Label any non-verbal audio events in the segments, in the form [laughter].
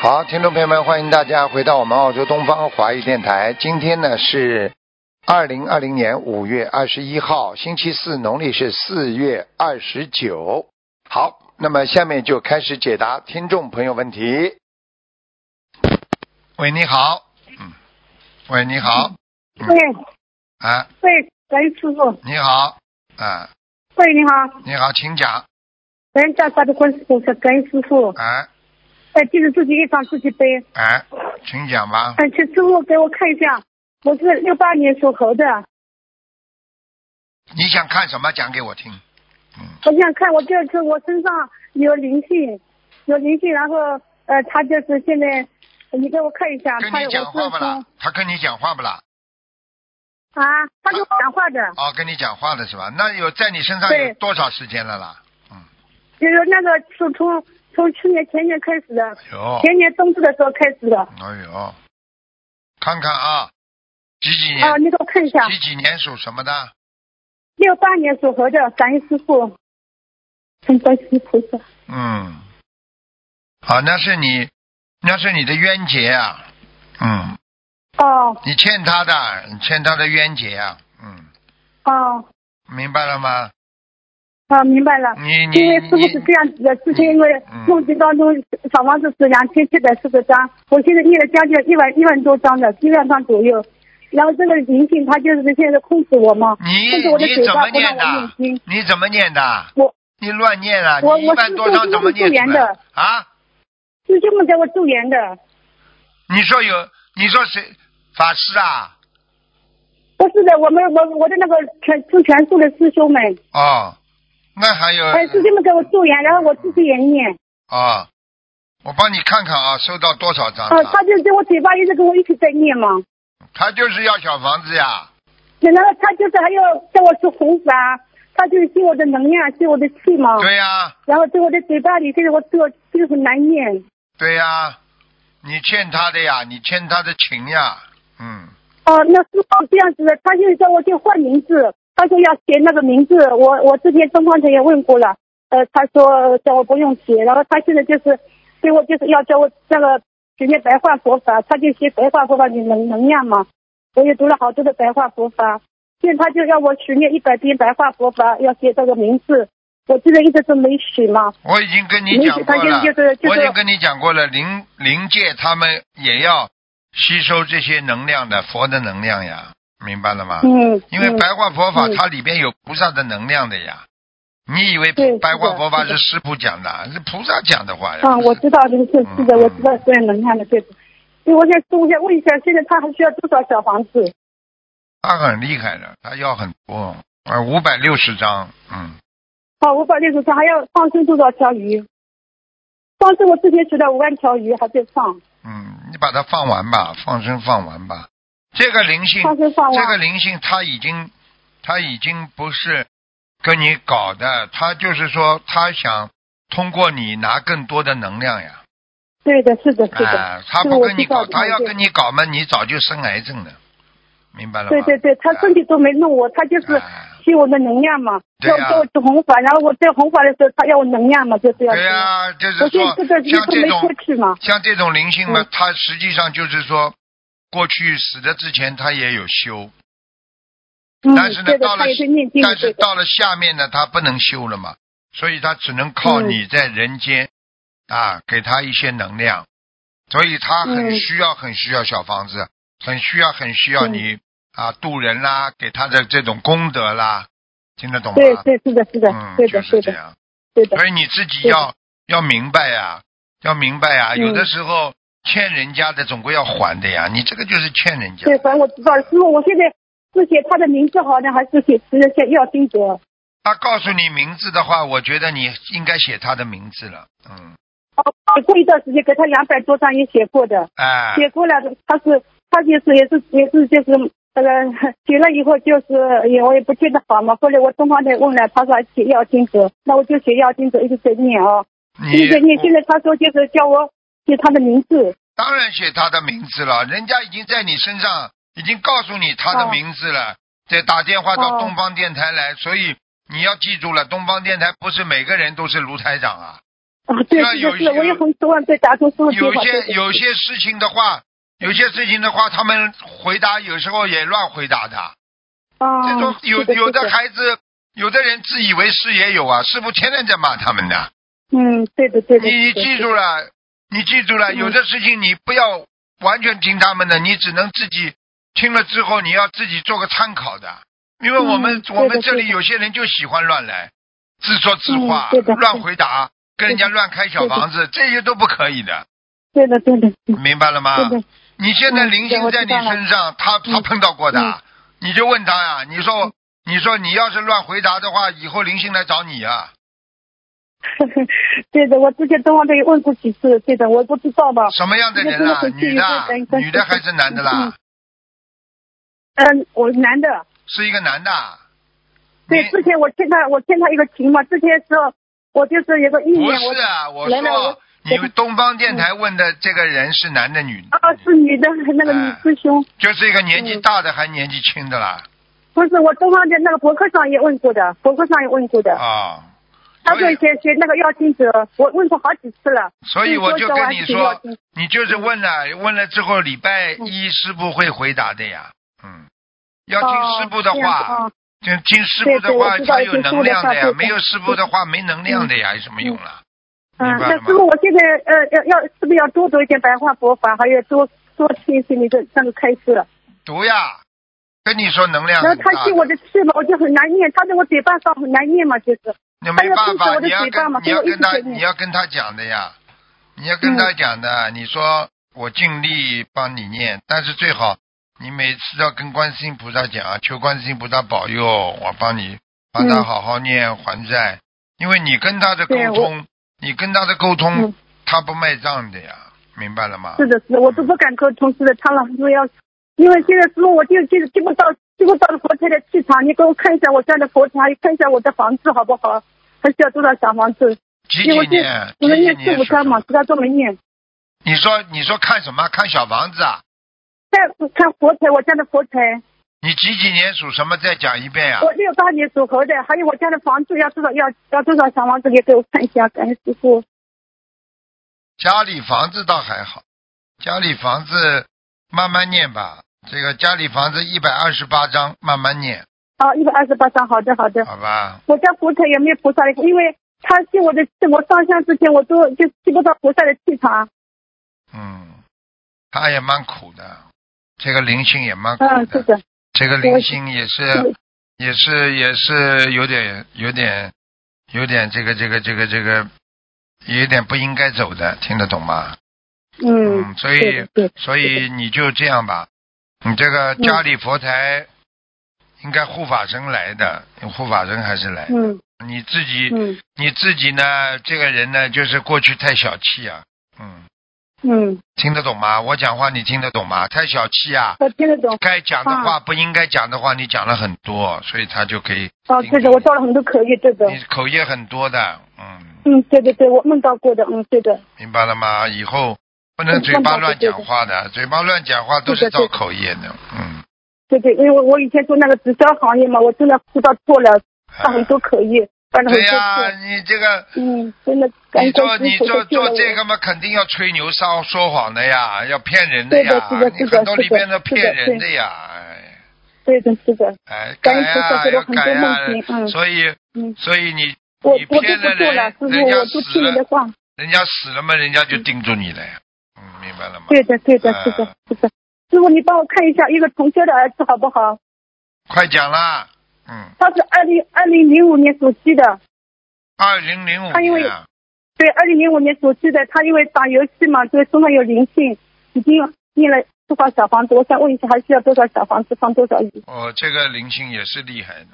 好，听众朋友们，欢迎大家回到我们澳洲东方华语电台。今天呢是二零二零年五月二十一号，星期四，农历是四月二十九。好，那么下面就开始解答听众朋友问题。喂，你好，嗯，喂，你好，喂啊，喂，喂，师傅，你好，啊，喂，你好，你好，请讲，人家啥的关系都是跟师傅，哎哎，就是自己一场自己背。哎，请讲吧，哎，请师傅给我看一下，我是六八年属猴的，你想看什么讲给我听，嗯，我想看我就是我身上有灵性，有灵性，然后呃，他就是现在，你给我看一下，跟他你啊我讲话是不说啦？他跟你讲话不啦？啊，他跟我讲话的，哦，跟你讲话的是吧？那有在你身上对有多少时间了啦？就是那个是从从去年前年开始的，有，前年冬至的时候开始的，哎呦，看看啊，几几年？啊，你给我看一下，几几年属什么的？六八年属猴的，感恩师傅，很关心菩萨。嗯，好，那是你，那是你的冤结啊。嗯，哦你欠他的，你欠他的冤结啊。嗯，哦明白了吗？哦，明白了。你你因为师傅你是这样子的，之前因为嗯梦境当中小房子是两千七百四十张，我现在念了将近一万一万多张的，一万张左右。然后这个灵性他就是现在控制我嘛，控制我的你嘴你怎巴么不让念我念的？经。你怎么念的？我你乱念了，我你一我般是多少怎做么梦念做出圆来的？啊？师兄们给我助缘的，你说有，你说谁法师啊？不是的，我们我我的那个全住全素的师兄们，哦，那还有哎，师兄们给我助缘，然后我自己也念。啊，我帮你看看啊，收到多少张哦、了？他就在我嘴巴一直跟我一起在念嘛。他就是要小房子呀。然后他就是还要叫我吃红法，他就是吸我的能量，吸我的气嘛。对呀、然后在我的嘴巴里，现在我这个这个很难念。对呀、你欠他的呀，你欠他的情呀。嗯，哦、那师傅是这样子的，他现在叫我去换名字，他说要写那个名字，我我之前东方台也问过了，呃，他说叫我不用写，然后他现在就是对我就是要叫我那个学学白话佛法，他就学白话佛法的能能量嘛，我也读了好多的白话佛法，现在他就要我学念一百遍白话佛法，要写这个名字，我现在一直都没写嘛。我已经跟你没讲事过他就了，就是就是我已经跟你讲过了，灵灵界他们也要吸收这些能量的，佛的能量呀，明白了吗？嗯，啊因为嗯白话佛法嗯它里边有菩萨的能量的呀。你以为对是白话的佛法是是的师傅讲的，是菩萨讲的话呀？啊，我知道，这个是是的，嗯我知道是能量的，对的。所以我想，我想问一下，现在他还需要多少小房子？他很厉害的，他要很多，呃，五百六十张，嗯，啊，五百六十张，还要放生多少条鱼？放生我之前学的五万条鱼还在放，嗯，你把它放完吧，放生放完吧。这个灵性，放生放这完。个灵性，他已经，他已经不是跟你搞的，他就是说，他想通过你拿更多的能量呀。对的，是的，是的。啊，他这个不我跟你知道搞，的他要对跟你搞嘛，你早就生癌症了，明白了吗？对对对，他身体都没弄我，他就是啊吸我的能量嘛，对要呀叫我吃红法，然后我在红法的时候，他要我能量嘛，就是要对呀、就吃。是我现说在这个鱼像都这没种过去嘛。像这种灵性嘛嗯，他实际上就是说，过去死的之前他也有修，嗯但是，呢对的到，了他也是念经的，但对是的。到了下面呢，他不能修了嘛，所以他只能靠嗯你在人间、啊，给他一些能量，所以他很嗯需要、很需要小房子，很需要、很需要嗯你、啊渡人啦，给他的这种功德啦，听得懂吗？对对，是的，是的，嗯，对的，就是对这的，样。对的。所以你自己对的要要明白呀、要明白呀、嗯有的时候欠人家的总归要还的呀，你这个就是欠人家。对，反正我知道了。师傅，我现在是写他的名字好呢，还是写直接写要哦金德？他告诉你名字的话，我觉得你应该写他的名字了。嗯，哦，写过一段时间，给他两百多张也写过的，哎，写过了，他是他就是也是也是就是那个写了以后就是也我也不觉得好嘛。后来我东方台问了，他说写要金德，那我就写要金德，一直在念啊，一你嗯直在念。现在他说就是叫我写他的名字，当然写他的名字了，人家已经在你身上已经告诉你他的哦名字了，再打电话到哦东方电台来，所以你要记住了，东方电台不是每个人都是卢台长啊，啊，对要有是是，我也很希望对打通师傅电有话。对些有些事情的话，有些事情的话，他们回答有时候也乱回答的。啊，这种有是的有的是孩子，有的人自以为是也有啊，师傅天天在骂他们的。嗯，对的对的。你你对的记住了，你记住了，嗯有的事情你不要完全听他们的，你只能自己听了之后，你要自己做个参考的。因为我们、嗯对的我们这对里的有些人就喜欢乱来，自说自话嗯，对的乱回答，跟人家对乱开小对的房子，这些都不可以的，对的对的嗯明白了吗？对的。你现在嗯灵对性我在知你道了身上，他他嗯碰到过的啊，你就问他呀、你说嗯你说你要是乱回答的话，以后灵性来找你啊， [laughs] 对的，我之前东方队问过几次，对的，我不知道吧。什么样的这个人真的啦、很幸女运的啊会感，感女的谢还是男的啦嗯？嗯，我男的，是一个男的啊。对，你之前我欠他，我欠他一个情嘛，之前的时候我就是有个意不念，我是啊，我原来说我你们东方电台问的这个人是男的女的？啊是女的，那个女哎师兄，就是一个年纪嗯大的还年纪轻的啦不是我东方的那个博客上也问过的，博客上也问过的，啊。他所说以学学那个要精者，我问过好几次了，所以我就跟你嗯所以说说叫我还是要听，你就是问了，问了之后礼拜嗯一师傅会回答的呀。嗯，要听师傅的哦这样子话，哦听听师傅的对对话我知道才有能量的听师傅的话对呀。对没有师傅的话没能量的呀，有什么用啊？明嗯，白那了师傅，吗？我现在呃要要是不是要多读一点白话佛法，还有多多听一些你的那个开示？啊读呀，跟你说能量然后很他大吸我的，的气嘛，我就很难念，他在我嘴巴上很难念嘛，就是。那没办法，他要你要控制我的嘴巴嘛跟你要所以我一跟直他在念你要跟他讲的呀，你要跟他讲的。嗯你说我尽力帮你念，但是最好你每次要跟观世音菩萨讲，啊求观世音菩萨保佑我帮你帮他嗯好好念还债，因为你跟他的沟对我通，你跟他的沟通，嗯他不卖账的呀，明白了吗？是的，是的，我都不敢跟同事的，他老是要，因为现在师傅我就就是进不到进不到佛台的气场，你给我看一下我家的佛台，看一下我的房子好不好？还需要多少小房子？几几因为我就年？我几们几念四年五属什章嘛，嗯么？其他都没念。你说你说看什么？看小房子啊？再看佛台，我家的佛台，你几几年属什么？再讲一遍呀、啊我六八年属猴的，还有我家的房子要多少要要多少小房子，也给我看一下，感恩师傅。家里房子倒还好，家里房子慢慢念吧。这个家里房子一百二十八章，慢慢念，啊，一百二十八张，好的好的。好吧？我家佛台也没有菩萨的，因为他吸我的气，我上香之前我都就吸不到菩萨的气场。嗯，他也蛮苦的，这个灵性也蛮苦嗯，是的，的，这个灵性也对是也是也是有点有点有点这个这个这个这个有点不应该走的，听得懂吗？嗯。所以对的对的所以你就这样吧，你这嗯个家里佛台应该护法神来的，护法神还是来。嗯你自己嗯你自己呢，这个人呢，就是过去太小气啊，嗯，嗯，听得懂吗？我讲话你听得懂吗？太小气啊，我哦听得懂。该讲的啊话不应该讲的话你讲了很多，所以他就可以。哦，对的，我造了很多口业，对的。你口业很多的，嗯，嗯，对对对，我梦到过的，嗯，对的，明白了吗？以嗯后不能嘴巴乱讲话的，嘴巴乱讲话都是对的造对的口业的，嗯。对对，因为我我以前做那个直销行业嘛，我真的知道错了，啊犯很多口业，犯了很对多呀、错。你这个，嗯，真的感你恩做师你傅，做都救了做我。这个嘛，肯定要吹牛骚说谎的呀，要骗人的呀，对的是的你是的很多里面都是的是的骗人对的呀，哎对的，是的，哎，改感恩菩萨呀，给要了很改多呀梦境，嗯所以嗯，所以你我你我就骗不了做了，人师，人傅，家我就死听你的了，话。人家死了嘛，人家就盯住你了呀，嗯，明白了吗？对的，对的，啊是的，是的。师傅，你帮我看一下一个同修的儿子好不好？快讲啦，嗯，他是二零二零零五年属鸡的，二零零五他因为年啊，对，二零零五年属鸡的，他因为打游戏嘛，所以身上有灵性，已经念了多少小房子？我想问一下，还需要多少小房子放多少鱼？哦，这个灵性也是厉害的。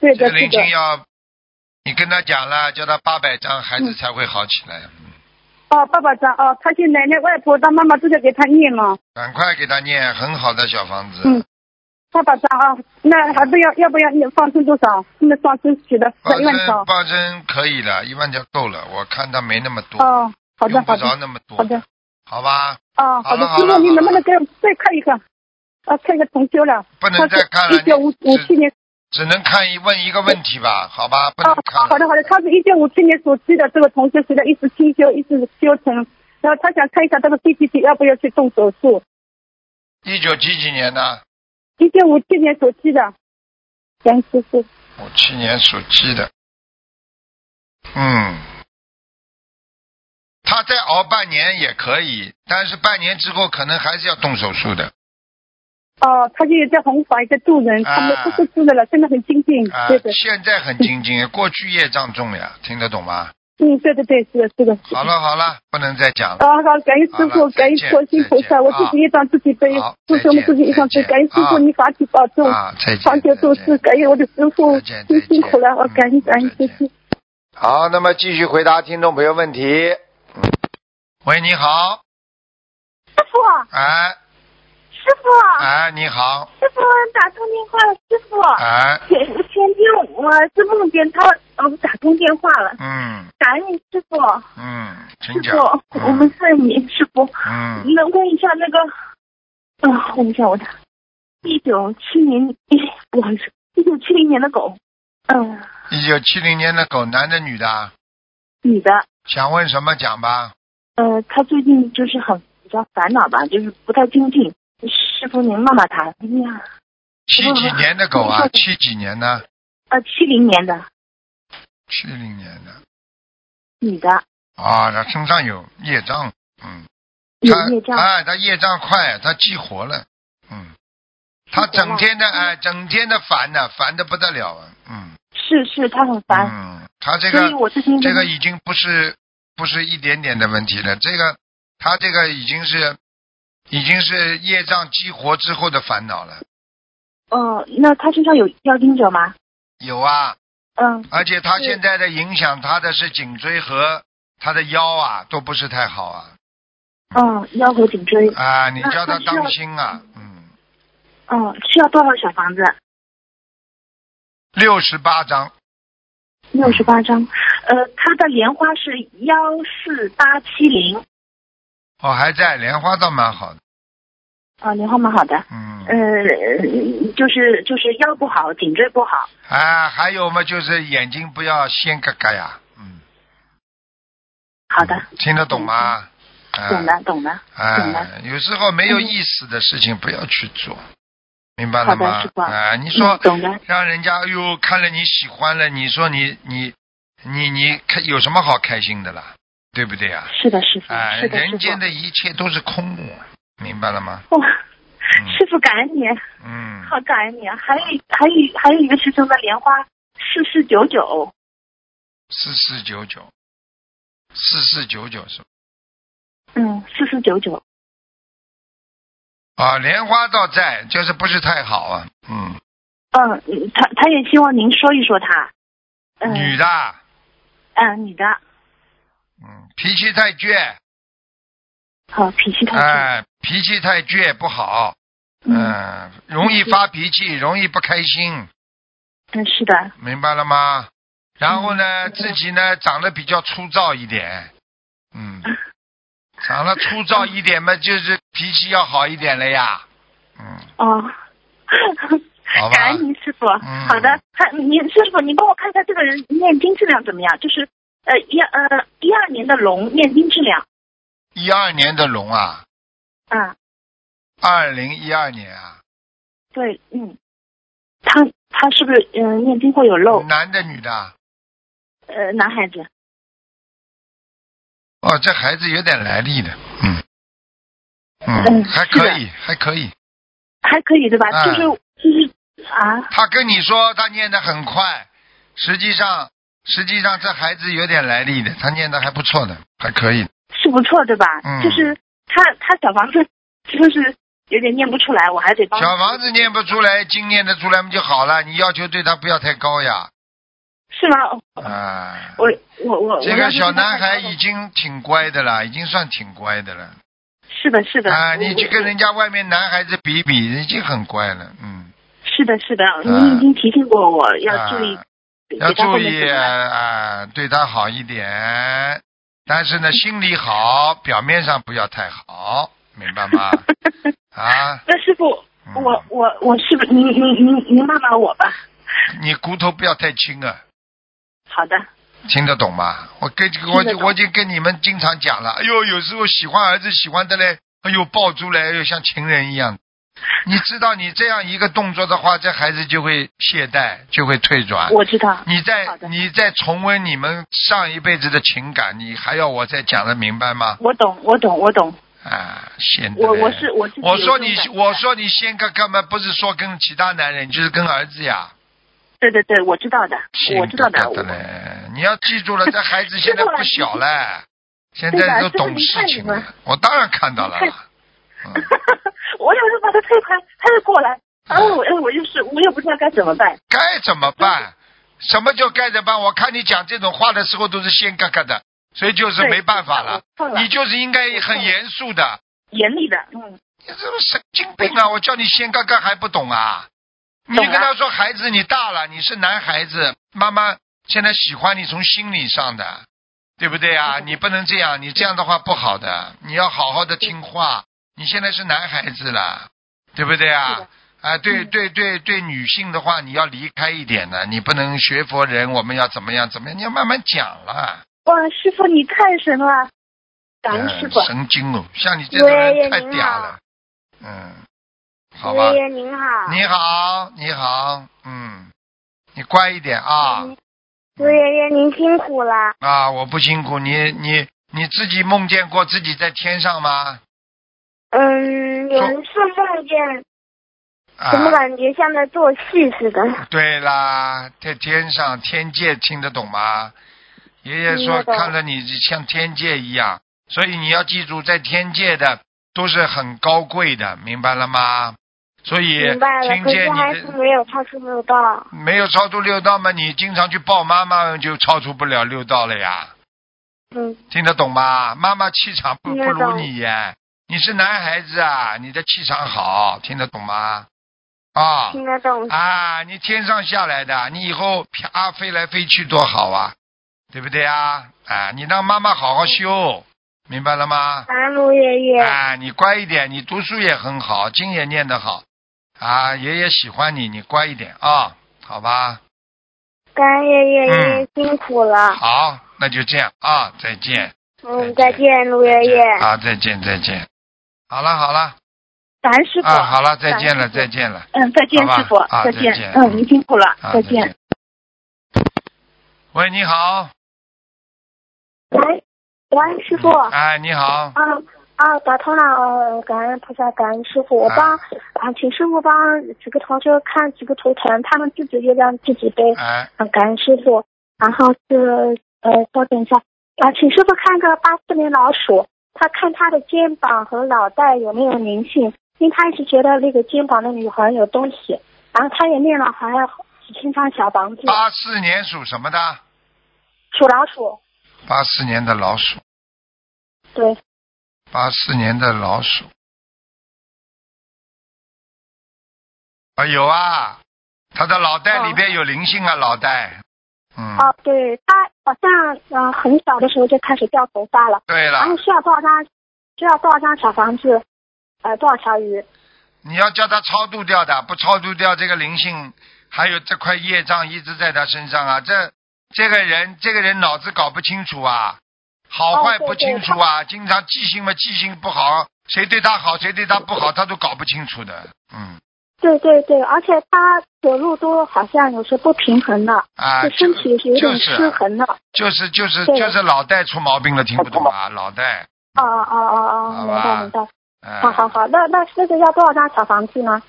对这的，个是灵性的。要，你跟他讲了，叫他八百张，孩嗯子才会好起来。嗯哦，爸爸张哦，他现在奶奶、外婆、他妈妈都在给他念嘛。赶快给他念很好的小房子，嗯爸爸张啊，那还不要要不要你放生多少？那放生许的放一万生条。放生可以了，一万条够了。我看他没那么多，哦，好的用好不的着那么多，好的，好吧？哦，好的，好了好师傅了你能不能给我再看一个？啊，看一个重修了。不能再看了一九五你五七年只能看一问一个问题吧，好吧，不能哦啊，看了。好的好的，他是一九五七年所去的这个同学学的，一直进修，一直修成。然后他想看一下这个 PPT 要不要去动手术。一九几几年呢？一九五七年所去的，杨师傅，五七年属鸡的。嗯，他再熬半年也可以，但是半年之后可能还是要动手术的。哦、他就有在弘法，也在渡人，他们啊都是渡的了，真的很精进，啊、对的，现在很精进，过去业障重呀，听得懂吗？嗯，对的对，是的是的。好了好了，不能再讲了。啊，好，感恩师好傅，了感恩再见观世音菩萨，再见我自己一张自己背好，不是我们自己一张背，再见感恩师啊傅，你法体保嗯重，啊，再见。长久做再见事，感恩我的师傅再见，辛再辛见苦了，我感恩嗯感恩再师见傅。好，那么继续回答听众朋友问题。喂，你好，师傅，哎师傅，哎，你好，师傅打通电话了，师傅。哎，前前天我做梦见他，呃，打通电话了，嗯感恩你师傅，嗯，请师讲。傅，我们嗯是你师傅，嗯，能问一下那个，啊，问一下我的，一九七零，哎不好意思，一九七零年的狗，嗯，一九七零年的狗，男的女的啊？女的，想问什么讲吧？呃，她最近就是很比较烦恼吧，就是不太精进，师傅您骂骂她，哎呀，七几年的狗啊？嗯七几年呢？呃，七零年的七零年的女的，啊，他身上有业障，嗯，有孽他障。哎，他业障快，他激活了，嗯，他激活整了嗯天的哎，整天的烦呢，烦的不得了啊，嗯是是，他很烦，嗯，他这所以个我最近这个已经不是不是一点点的问题了，这个他这个已经是已经是业障激活之后的烦恼了，呃，那他身上有妖精者吗？有啊，嗯，而且他是现在的影响他的是颈椎和他的腰啊，都不是太好啊。嗯，妖和颈椎，啊，你那叫他那需要当心啊，嗯，嗯，需要多少小房子？六十八章六十八张。呃，他的莲花是幺四八七零，哦还在，莲花倒蛮好的，啊，莲花蛮好的。嗯，呃，就是就是腰不好，颈椎不好。啊，还有嘛，就是眼睛不要掀嘎嘎呀，嗯，好的，嗯听得懂吗？啊懂的懂的。懂啊了，有时候没有意思的事情不要去做，明白了好吗的师？傅啊，你说嗯懂的。让人家哎呦看了你喜欢了，你说你你你你开有什么好开心的啦？对不对呀？是的，师傅，啊，是的，人间师的一切都是空的，明白了吗？ [laughs] 傅。哇，嗯师傅感恩你，嗯，好感恩你啊！还有一还有一还有一个师兄的莲花四四九九，四四九九，四四九九是吧？嗯，四四九九。啊，莲花倒在，就是不是太好啊。嗯，嗯，他他也希望您说一说他。嗯、女的，啊嗯、女的，嗯，脾气太倔，好脾气太倔。哎，脾气太倔不好，嗯嗯，容易发脾气，容易不开心，嗯，是的，明白了吗？然后呢，嗯自己呢长得比较粗糙一点，嗯， [laughs] 长得粗糙一点嘛，就是脾气要好一点了呀，嗯，哦。好吧感恩您师傅。嗯好的，他您师傅，您帮我看一下这个人念经质量怎么样？就是呃一呃一二年的龙念经质量，一二年的龙啊，嗯，二零一二年啊，对，嗯，他他是不是嗯、呃念经会有漏？男的女的啊，呃，男孩子，哦，这孩子有点来历的，嗯，嗯，嗯还是的可以，还可以。还可以对吧？嗯就是就是啊，他跟你说他念得很快，实际上实际上这孩子有点来历的，他念得还不错的，还可以。是不错，对吧？嗯就是他他小房子就是有点念不出来，我还得帮。小房子念不出来，经念得出来嘛就好了。你要求对他不要太高呀，是吗？啊。哦我我我这我个要是小不太男孩高的已经挺乖的了，已经算挺乖的了是的，是的啊！我你去跟人家外面男孩子比比，已经很乖了，嗯。是的，是的，啊您已经提醒过我要注意啊，给要他后注面意怎么来啊，对他好一点，但是呢，心里好，表面上不要太好，明 [laughs] 白吗？啊， [laughs] 那师傅，嗯我我我是不是您您您您骂骂我吧？你骨头不要太轻啊，好的，听得懂吗？我跟我听得懂我已经跟你们经常讲了，哎呦，有时候喜欢儿子喜欢的嘞，哎呦抱住嘞，哎呦像情人一样。你知道你这样一个动作的话，这孩子就会懈怠，就会退转。我知道。你再好的你再重温你们上一辈子的情感，你还要我再讲的明白吗？我懂，我懂，我懂。啊，现在我我是我是我说你自己有这种感觉我说你先看看嘛，不是说跟其他男人，就是跟儿子呀。对对对，我知道的，我知道的的。嘞，你要记住了，这孩子现在不小了，现对在的都师傅懂您事看你情们了。我当然看到了你啦。嗯， [laughs] 我有时候把他推开，他就过来，然后我我就是我也不知道该怎么办。该怎么嗯办？什么叫该怎么办？我看你讲这种话的时候都是先嘎嘎的，所以就是对没办法了。我错了你就是应该我错很了严肃的。严厉的，嗯，你这种神经病啊！我叫你先嘎嘎还不懂啊？你懂啊跟他说孩子，你大了，你是男孩子，妈妈现在喜欢你从心理上的，对不对啊？嗯你不能这样，你这样的话不好的，你要好好的听话。你现在是男孩子了，对不对是啊的？啊，对嗯对对对，女性的话你要离开一点的，你不能学佛人，我们要怎么样怎么样，你要慢慢讲了。哇，师傅你太神了，感恩师嗯傅，神经哦，像你这种人喂太您嗲好了，嗯，好吧。爷爷您好，你好，你好，嗯，你乖一点啊嗯朱爷爷您辛苦了，啊！我不辛苦，你你你自己梦见过自己在天上吗？嗯，有一次梦见啊怎，么感觉像在做戏似的？对啦，在天上天界听得懂吗？爷爷说听得懂看着你像天界一样，所以你要记住，在天界的都是很高贵的，明白了吗？所以明白了，听可是见还你是的没有超出六道。没有超出六道嘛，你经常去抱妈妈就超出不了六道了呀。嗯，听得懂吗？妈妈气场不听不得懂如你耶，你是男孩子啊，你的气场好，听得懂吗？啊听得懂。啊，你天上下来的，你以后啪飞来飞去多好啊，对不对啊？啊，你让妈妈好好修，明白了吗？南卢爷爷，啊，你乖一点，你读书也很好，经也念得好，啊，爷爷喜欢你，你乖一点啊，好吧？感恩爷爷，嗯爷爷辛苦了。好，那就这样啊，再见。嗯，再再见见，卢爷爷。啊，再见再见。好了好了。感恩师傅。啊，好了，再见感恩师了，傅再见了，嗯，再见好吧师傅啊，再见见。嗯，您辛苦了，啊，再见见。。喂，你好，喂，喂，师傅。哎，你好，啊啊，打通了，呃感恩菩萨，感恩师傅，我啊帮啊，请师傅帮几个同学看几个图腾，他们自己月亮自己背。嗯哎，啊，感恩师傅。然后是呃，稍等一下啊，请师傅看个八四年老鼠，他看他的肩膀和脑袋有没有灵性，因为他一直觉得那个肩膀那里好像有东西，然后他也念了好像几千张小房子，八四年属什么的？属老鼠，八四年的老鼠，对，八四年的老鼠。啊，有啊，他的脑嗯袋里边有灵性啊，脑袋，嗯，哦、对他好像嗯、呃很小的时候就开始掉头发了，对了啊然，后需要多少张需要多少张小房子，呃多少条鱼？你要叫他超度掉的，不超度掉这个灵性，还有这块业障一直在他身上啊。这这个人，这个人脑子搞不清楚啊，好坏哦对不清楚啊，经常记性嘛，记性不好，谁对他好，谁对他不好，他都搞不清楚的。嗯对对对，而且他走路都好像有时候不平衡的，啊，就身体是有就点是啊失衡的。就是就是对就是脑袋出毛病了，听不懂啊，脑袋。哦哦哦哦，好明吧白明白，呃好好好，那那那个要多少张小房子呢？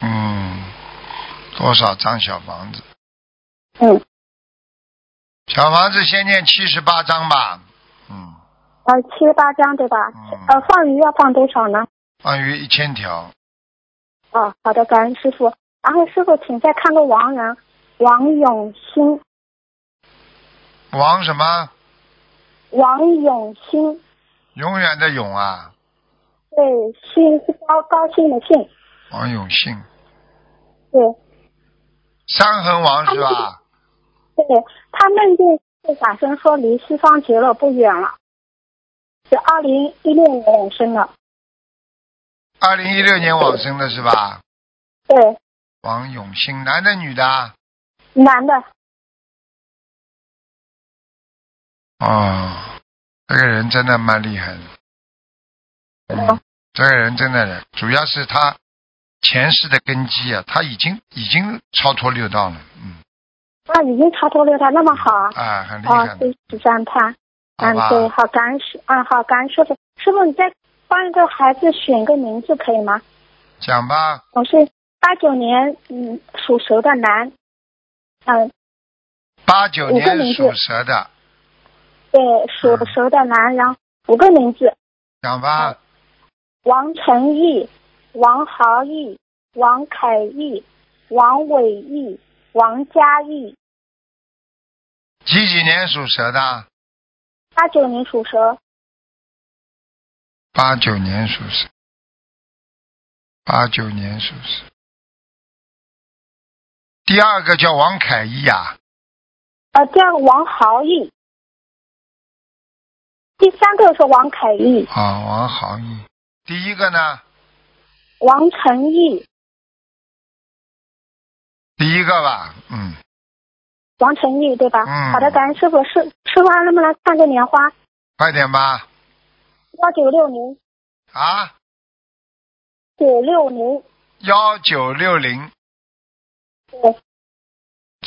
嗯，多少张小房子？嗯，小房子先念七十八张吧。嗯，呃，七十八张对吧？嗯呃，放鱼要放多少呢？关于一千条。哦，好的，感恩师傅。然后师傅，请再看个王人，王永新，王什么？王永新，永远的永啊，对，新是高高兴的兴，王永信，对三横王是吧？对。他梦见是法身说离西方极乐不远了，是二零一六年生的，二零一六年往生的是吧？对，王永新，男的女的啊？男的，哦，这个人真的蛮厉害的。嗯，这个人真的，主要是他前世的根基啊，他已经已经超脱六道了，嗯，啊，已经超脱六道，那么好啊，啊，很厉害哦，的，谢谢赞叹，好嗯，吧？对，好感恩师，嗯，好感恩师傅，师傅你再帮一个孩子选个名字可以吗？讲吧，我是八九年，嗯，属蛇的男，嗯，八九五个年名字属蛇的，对，属嗯蛇的男，然后五个名字，讲吧，王成义、王豪义、王凯义、王伟义、王嘉义。几几年属蛇的？八九年属蛇，八九年属蛇，八九年属蛇。第二个叫王凯一呀、呃，第二个王豪义，第三个是王凯义、啊，王豪义。第一个呢？王成义、第一个吧，嗯，王成义，对吧？嗯好的，感恩师傅，师师傅还能不能看个莲花？快点吧。幺九六零啊，九六零，幺九六零对，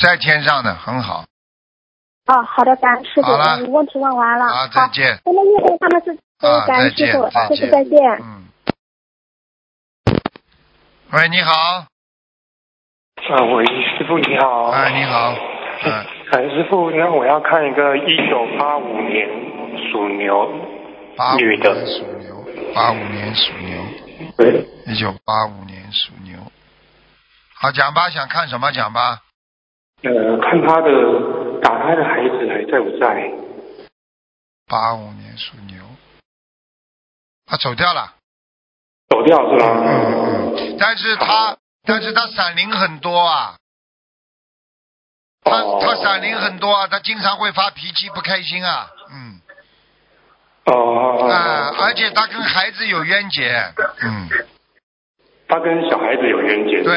在天上的，很好。啊，好的，感恩师傅好了，嗯问题问完了，好，啊再见。我们业为他们是，啊感恩再见师傅再，师见傅再见。嗯。喂，你好。啊，喂，师傅你好。哎，你好。嗯， [laughs] 哎，师傅，那我要看一个一九八五年属牛八五女年的属牛，八五年属牛。对，一九八五年属牛。好，讲吧，想看什么讲吧。呃，看她的打胎的孩子还在不在？八五年属牛，他走掉了。走掉嗯是吗？但是他，但是他闪灵很多啊。他哦他闪灵很多啊，他经常会发脾气，不开心啊，嗯，哦哦哦。啊，而且且他跟孩子有冤结，嗯，她跟小孩子有冤结。。对，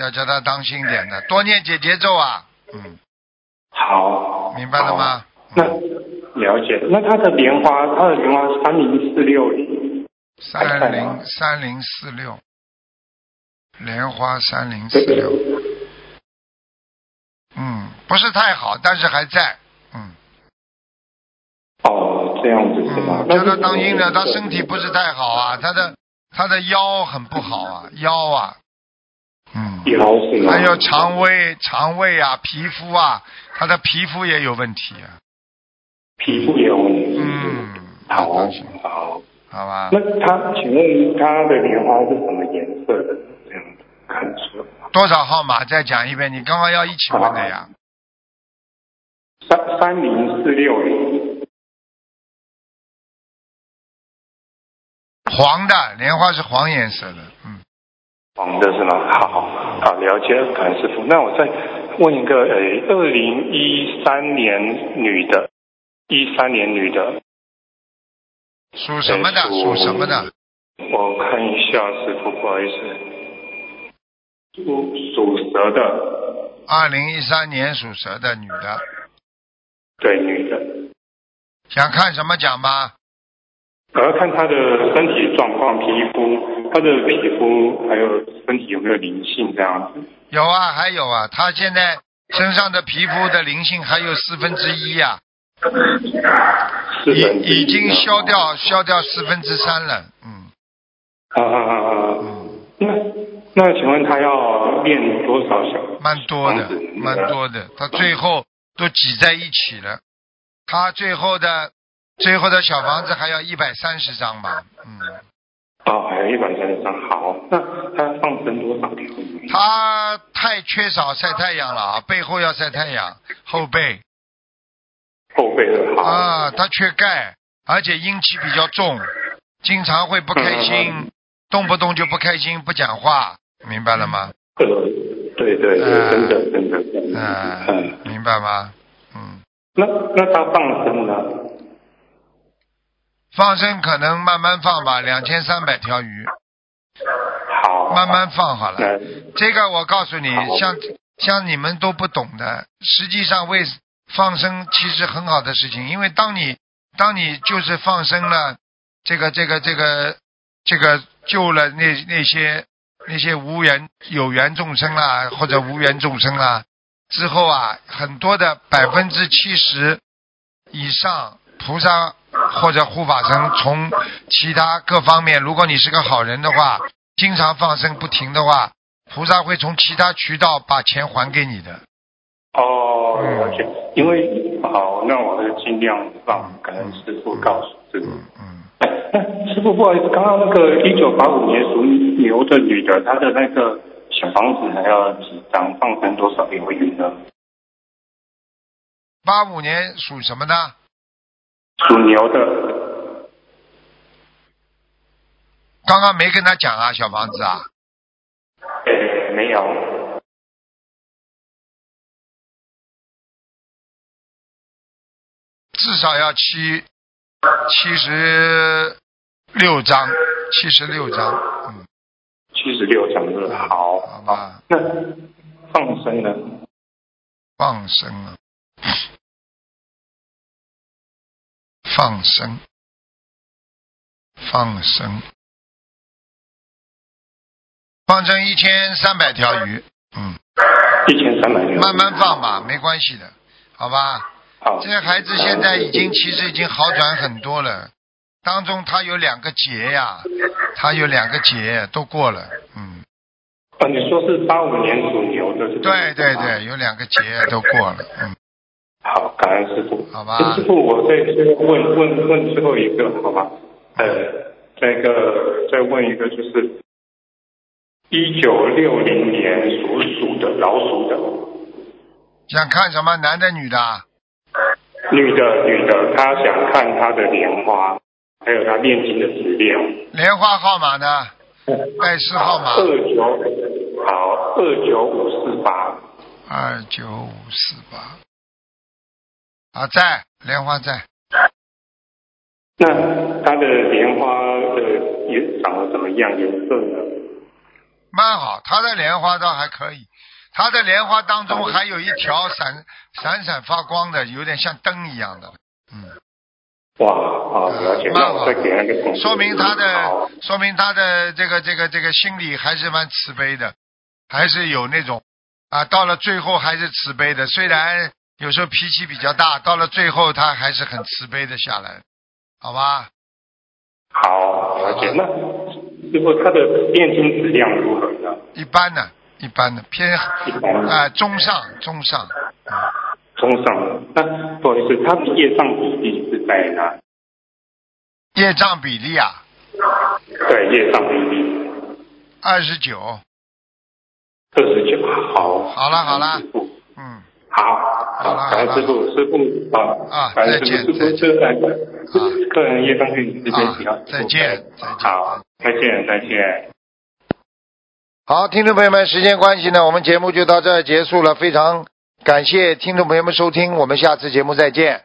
要叫他当心点的，多念姐姐咒啊，嗯，好。明白了吗嗯好？啊那了解。那她的莲花，她的莲花三零四六零。三零三零四六，莲花三零四六，嗯，不是太好，但是还在，嗯哦，这样子是吗嗯，？那叫他当心的，他身体不是太好啊，他的他的腰很不好啊，腰啊，嗯，有是吗？还嗯有肠胃肠胃啊，皮肤啊，他的皮肤也有问题啊，皮肤也有问题。。嗯，要好当心，好。好吧那，他，请问他的莲花是什么颜色的？这样子看出多少号码再讲一遍，你刚刚要一起问的呀，三三零四六零，黄的莲花是黄颜色的，嗯。黄的是吗？好，好了解，感恩师傅。那我再问一个，诶，二零一三年女的，一三年女的，属什么的？属哎属什么的？我看一下，师傅，不好意思，属属蛇的，二零一三年属蛇的女的，对，女的，想看什么讲吧？我要看她的身体状况、皮肤，她的皮肤还有身体有没有灵性这样子。有啊，还有啊，她现在身上的皮肤的灵性还有四分之一呀、是已人已经消消。掉消掉四分之三了，嗯，啊啊啊啊！那那请问他要练多少小？蛮多的房子，蛮多的，她最后都挤在一起了，她最后的最后的小房子还要一百三十张吧，嗯，哦，还有一百三十张。好，那他放生多少条鱼？她太缺少晒太阳了啊，背后要晒太阳，后背，后背的好。啊，他缺钙，而且阴气比较重，经常会不开心，嗯动不动就不开心，不讲话，明白了吗？呃，对对对，啊真的真的。嗯、真的嗯，明白吗？嗯，那那他放生呢？放生可能慢慢放吧，两千三百条鱼，好，好慢慢放好了。那这个我告诉你好，像像你们都不懂的，实际上为放生其实很好的事情，因为当你当你就是放生了，这个这个这个这个救了那那些那些无缘有缘众生啦，或者无缘众生啦之后啊，很多的百分之七十以上菩萨或者护法神从其他各方面，如果你是个好人的话，经常放生不停的话，菩萨会从其他渠道把钱还给你的。哦，嗯了解。因为好，那我会尽量让感恩师傅告诉这个。嗯，哎那师傅，不好意思，刚刚那个一九八五年属牛的女的，她的那个小房子还要几张？放生多少有余呢？八五年属什么呢？属牛的，刚刚没跟他讲啊，小房子啊，哎，没有。至少要七七十六张，七十六张。嗯，七十六张的，好，好吧那放生呢？放生啊，放生，放生，放生一千三百条鱼。嗯，一千三百六，慢慢放吧，没关系的，好吧？好，这个孩子现在已经其实已经好转很多了，当中他有两个结呀、他有两个结都过了，嗯，呃，你说是八五年属牛的，是吧对对，对，有两个结都过了，嗯，好，感恩师傅。好吧哎师傅，我再最后问问问最后一个，好吧？呃，那个再问一个，就是一九六零年属鼠的老鼠的想看什么？男的女的啊？女的女的，她想看她的莲花，还有她念经的资料。莲花号码呢？拜师号码二九好，二九五四八。二九五四八，啊，在莲花在，那它的莲花的也长得怎么样？颜色呢？蛮好，他的莲花倒还可以，他的莲花当中还有一条闪闪闪发光的，有点像灯一样的，嗯。哇，好了解，蛮那好我再给他一个工的，作说明他好的说明他的这个这个这个心里还是蛮慈悲的，还是有那种啊，到了最后还是慈悲的。虽然有时候脾气比较大，到了最后他还是很慈悲的下来，好吧？好了解。那如果他的炼金质量如何呢？一般的，一般的偏一般啊中上中上，中上。那不好意思，他的业障比例是在哪？业障比例啊对，业障比例二十九，二十九。好，好了好了师傅嗯，好，好了感恩师傅，师傅啊啊，感恩师再傅，见师傅这来个啊个人业障可以自己比较啊，再见再见好，再见，再见。好，听众朋友们，时间关系呢，我们节目就到这儿结束了。非常感谢听众朋友们收听，我们下次节目再见。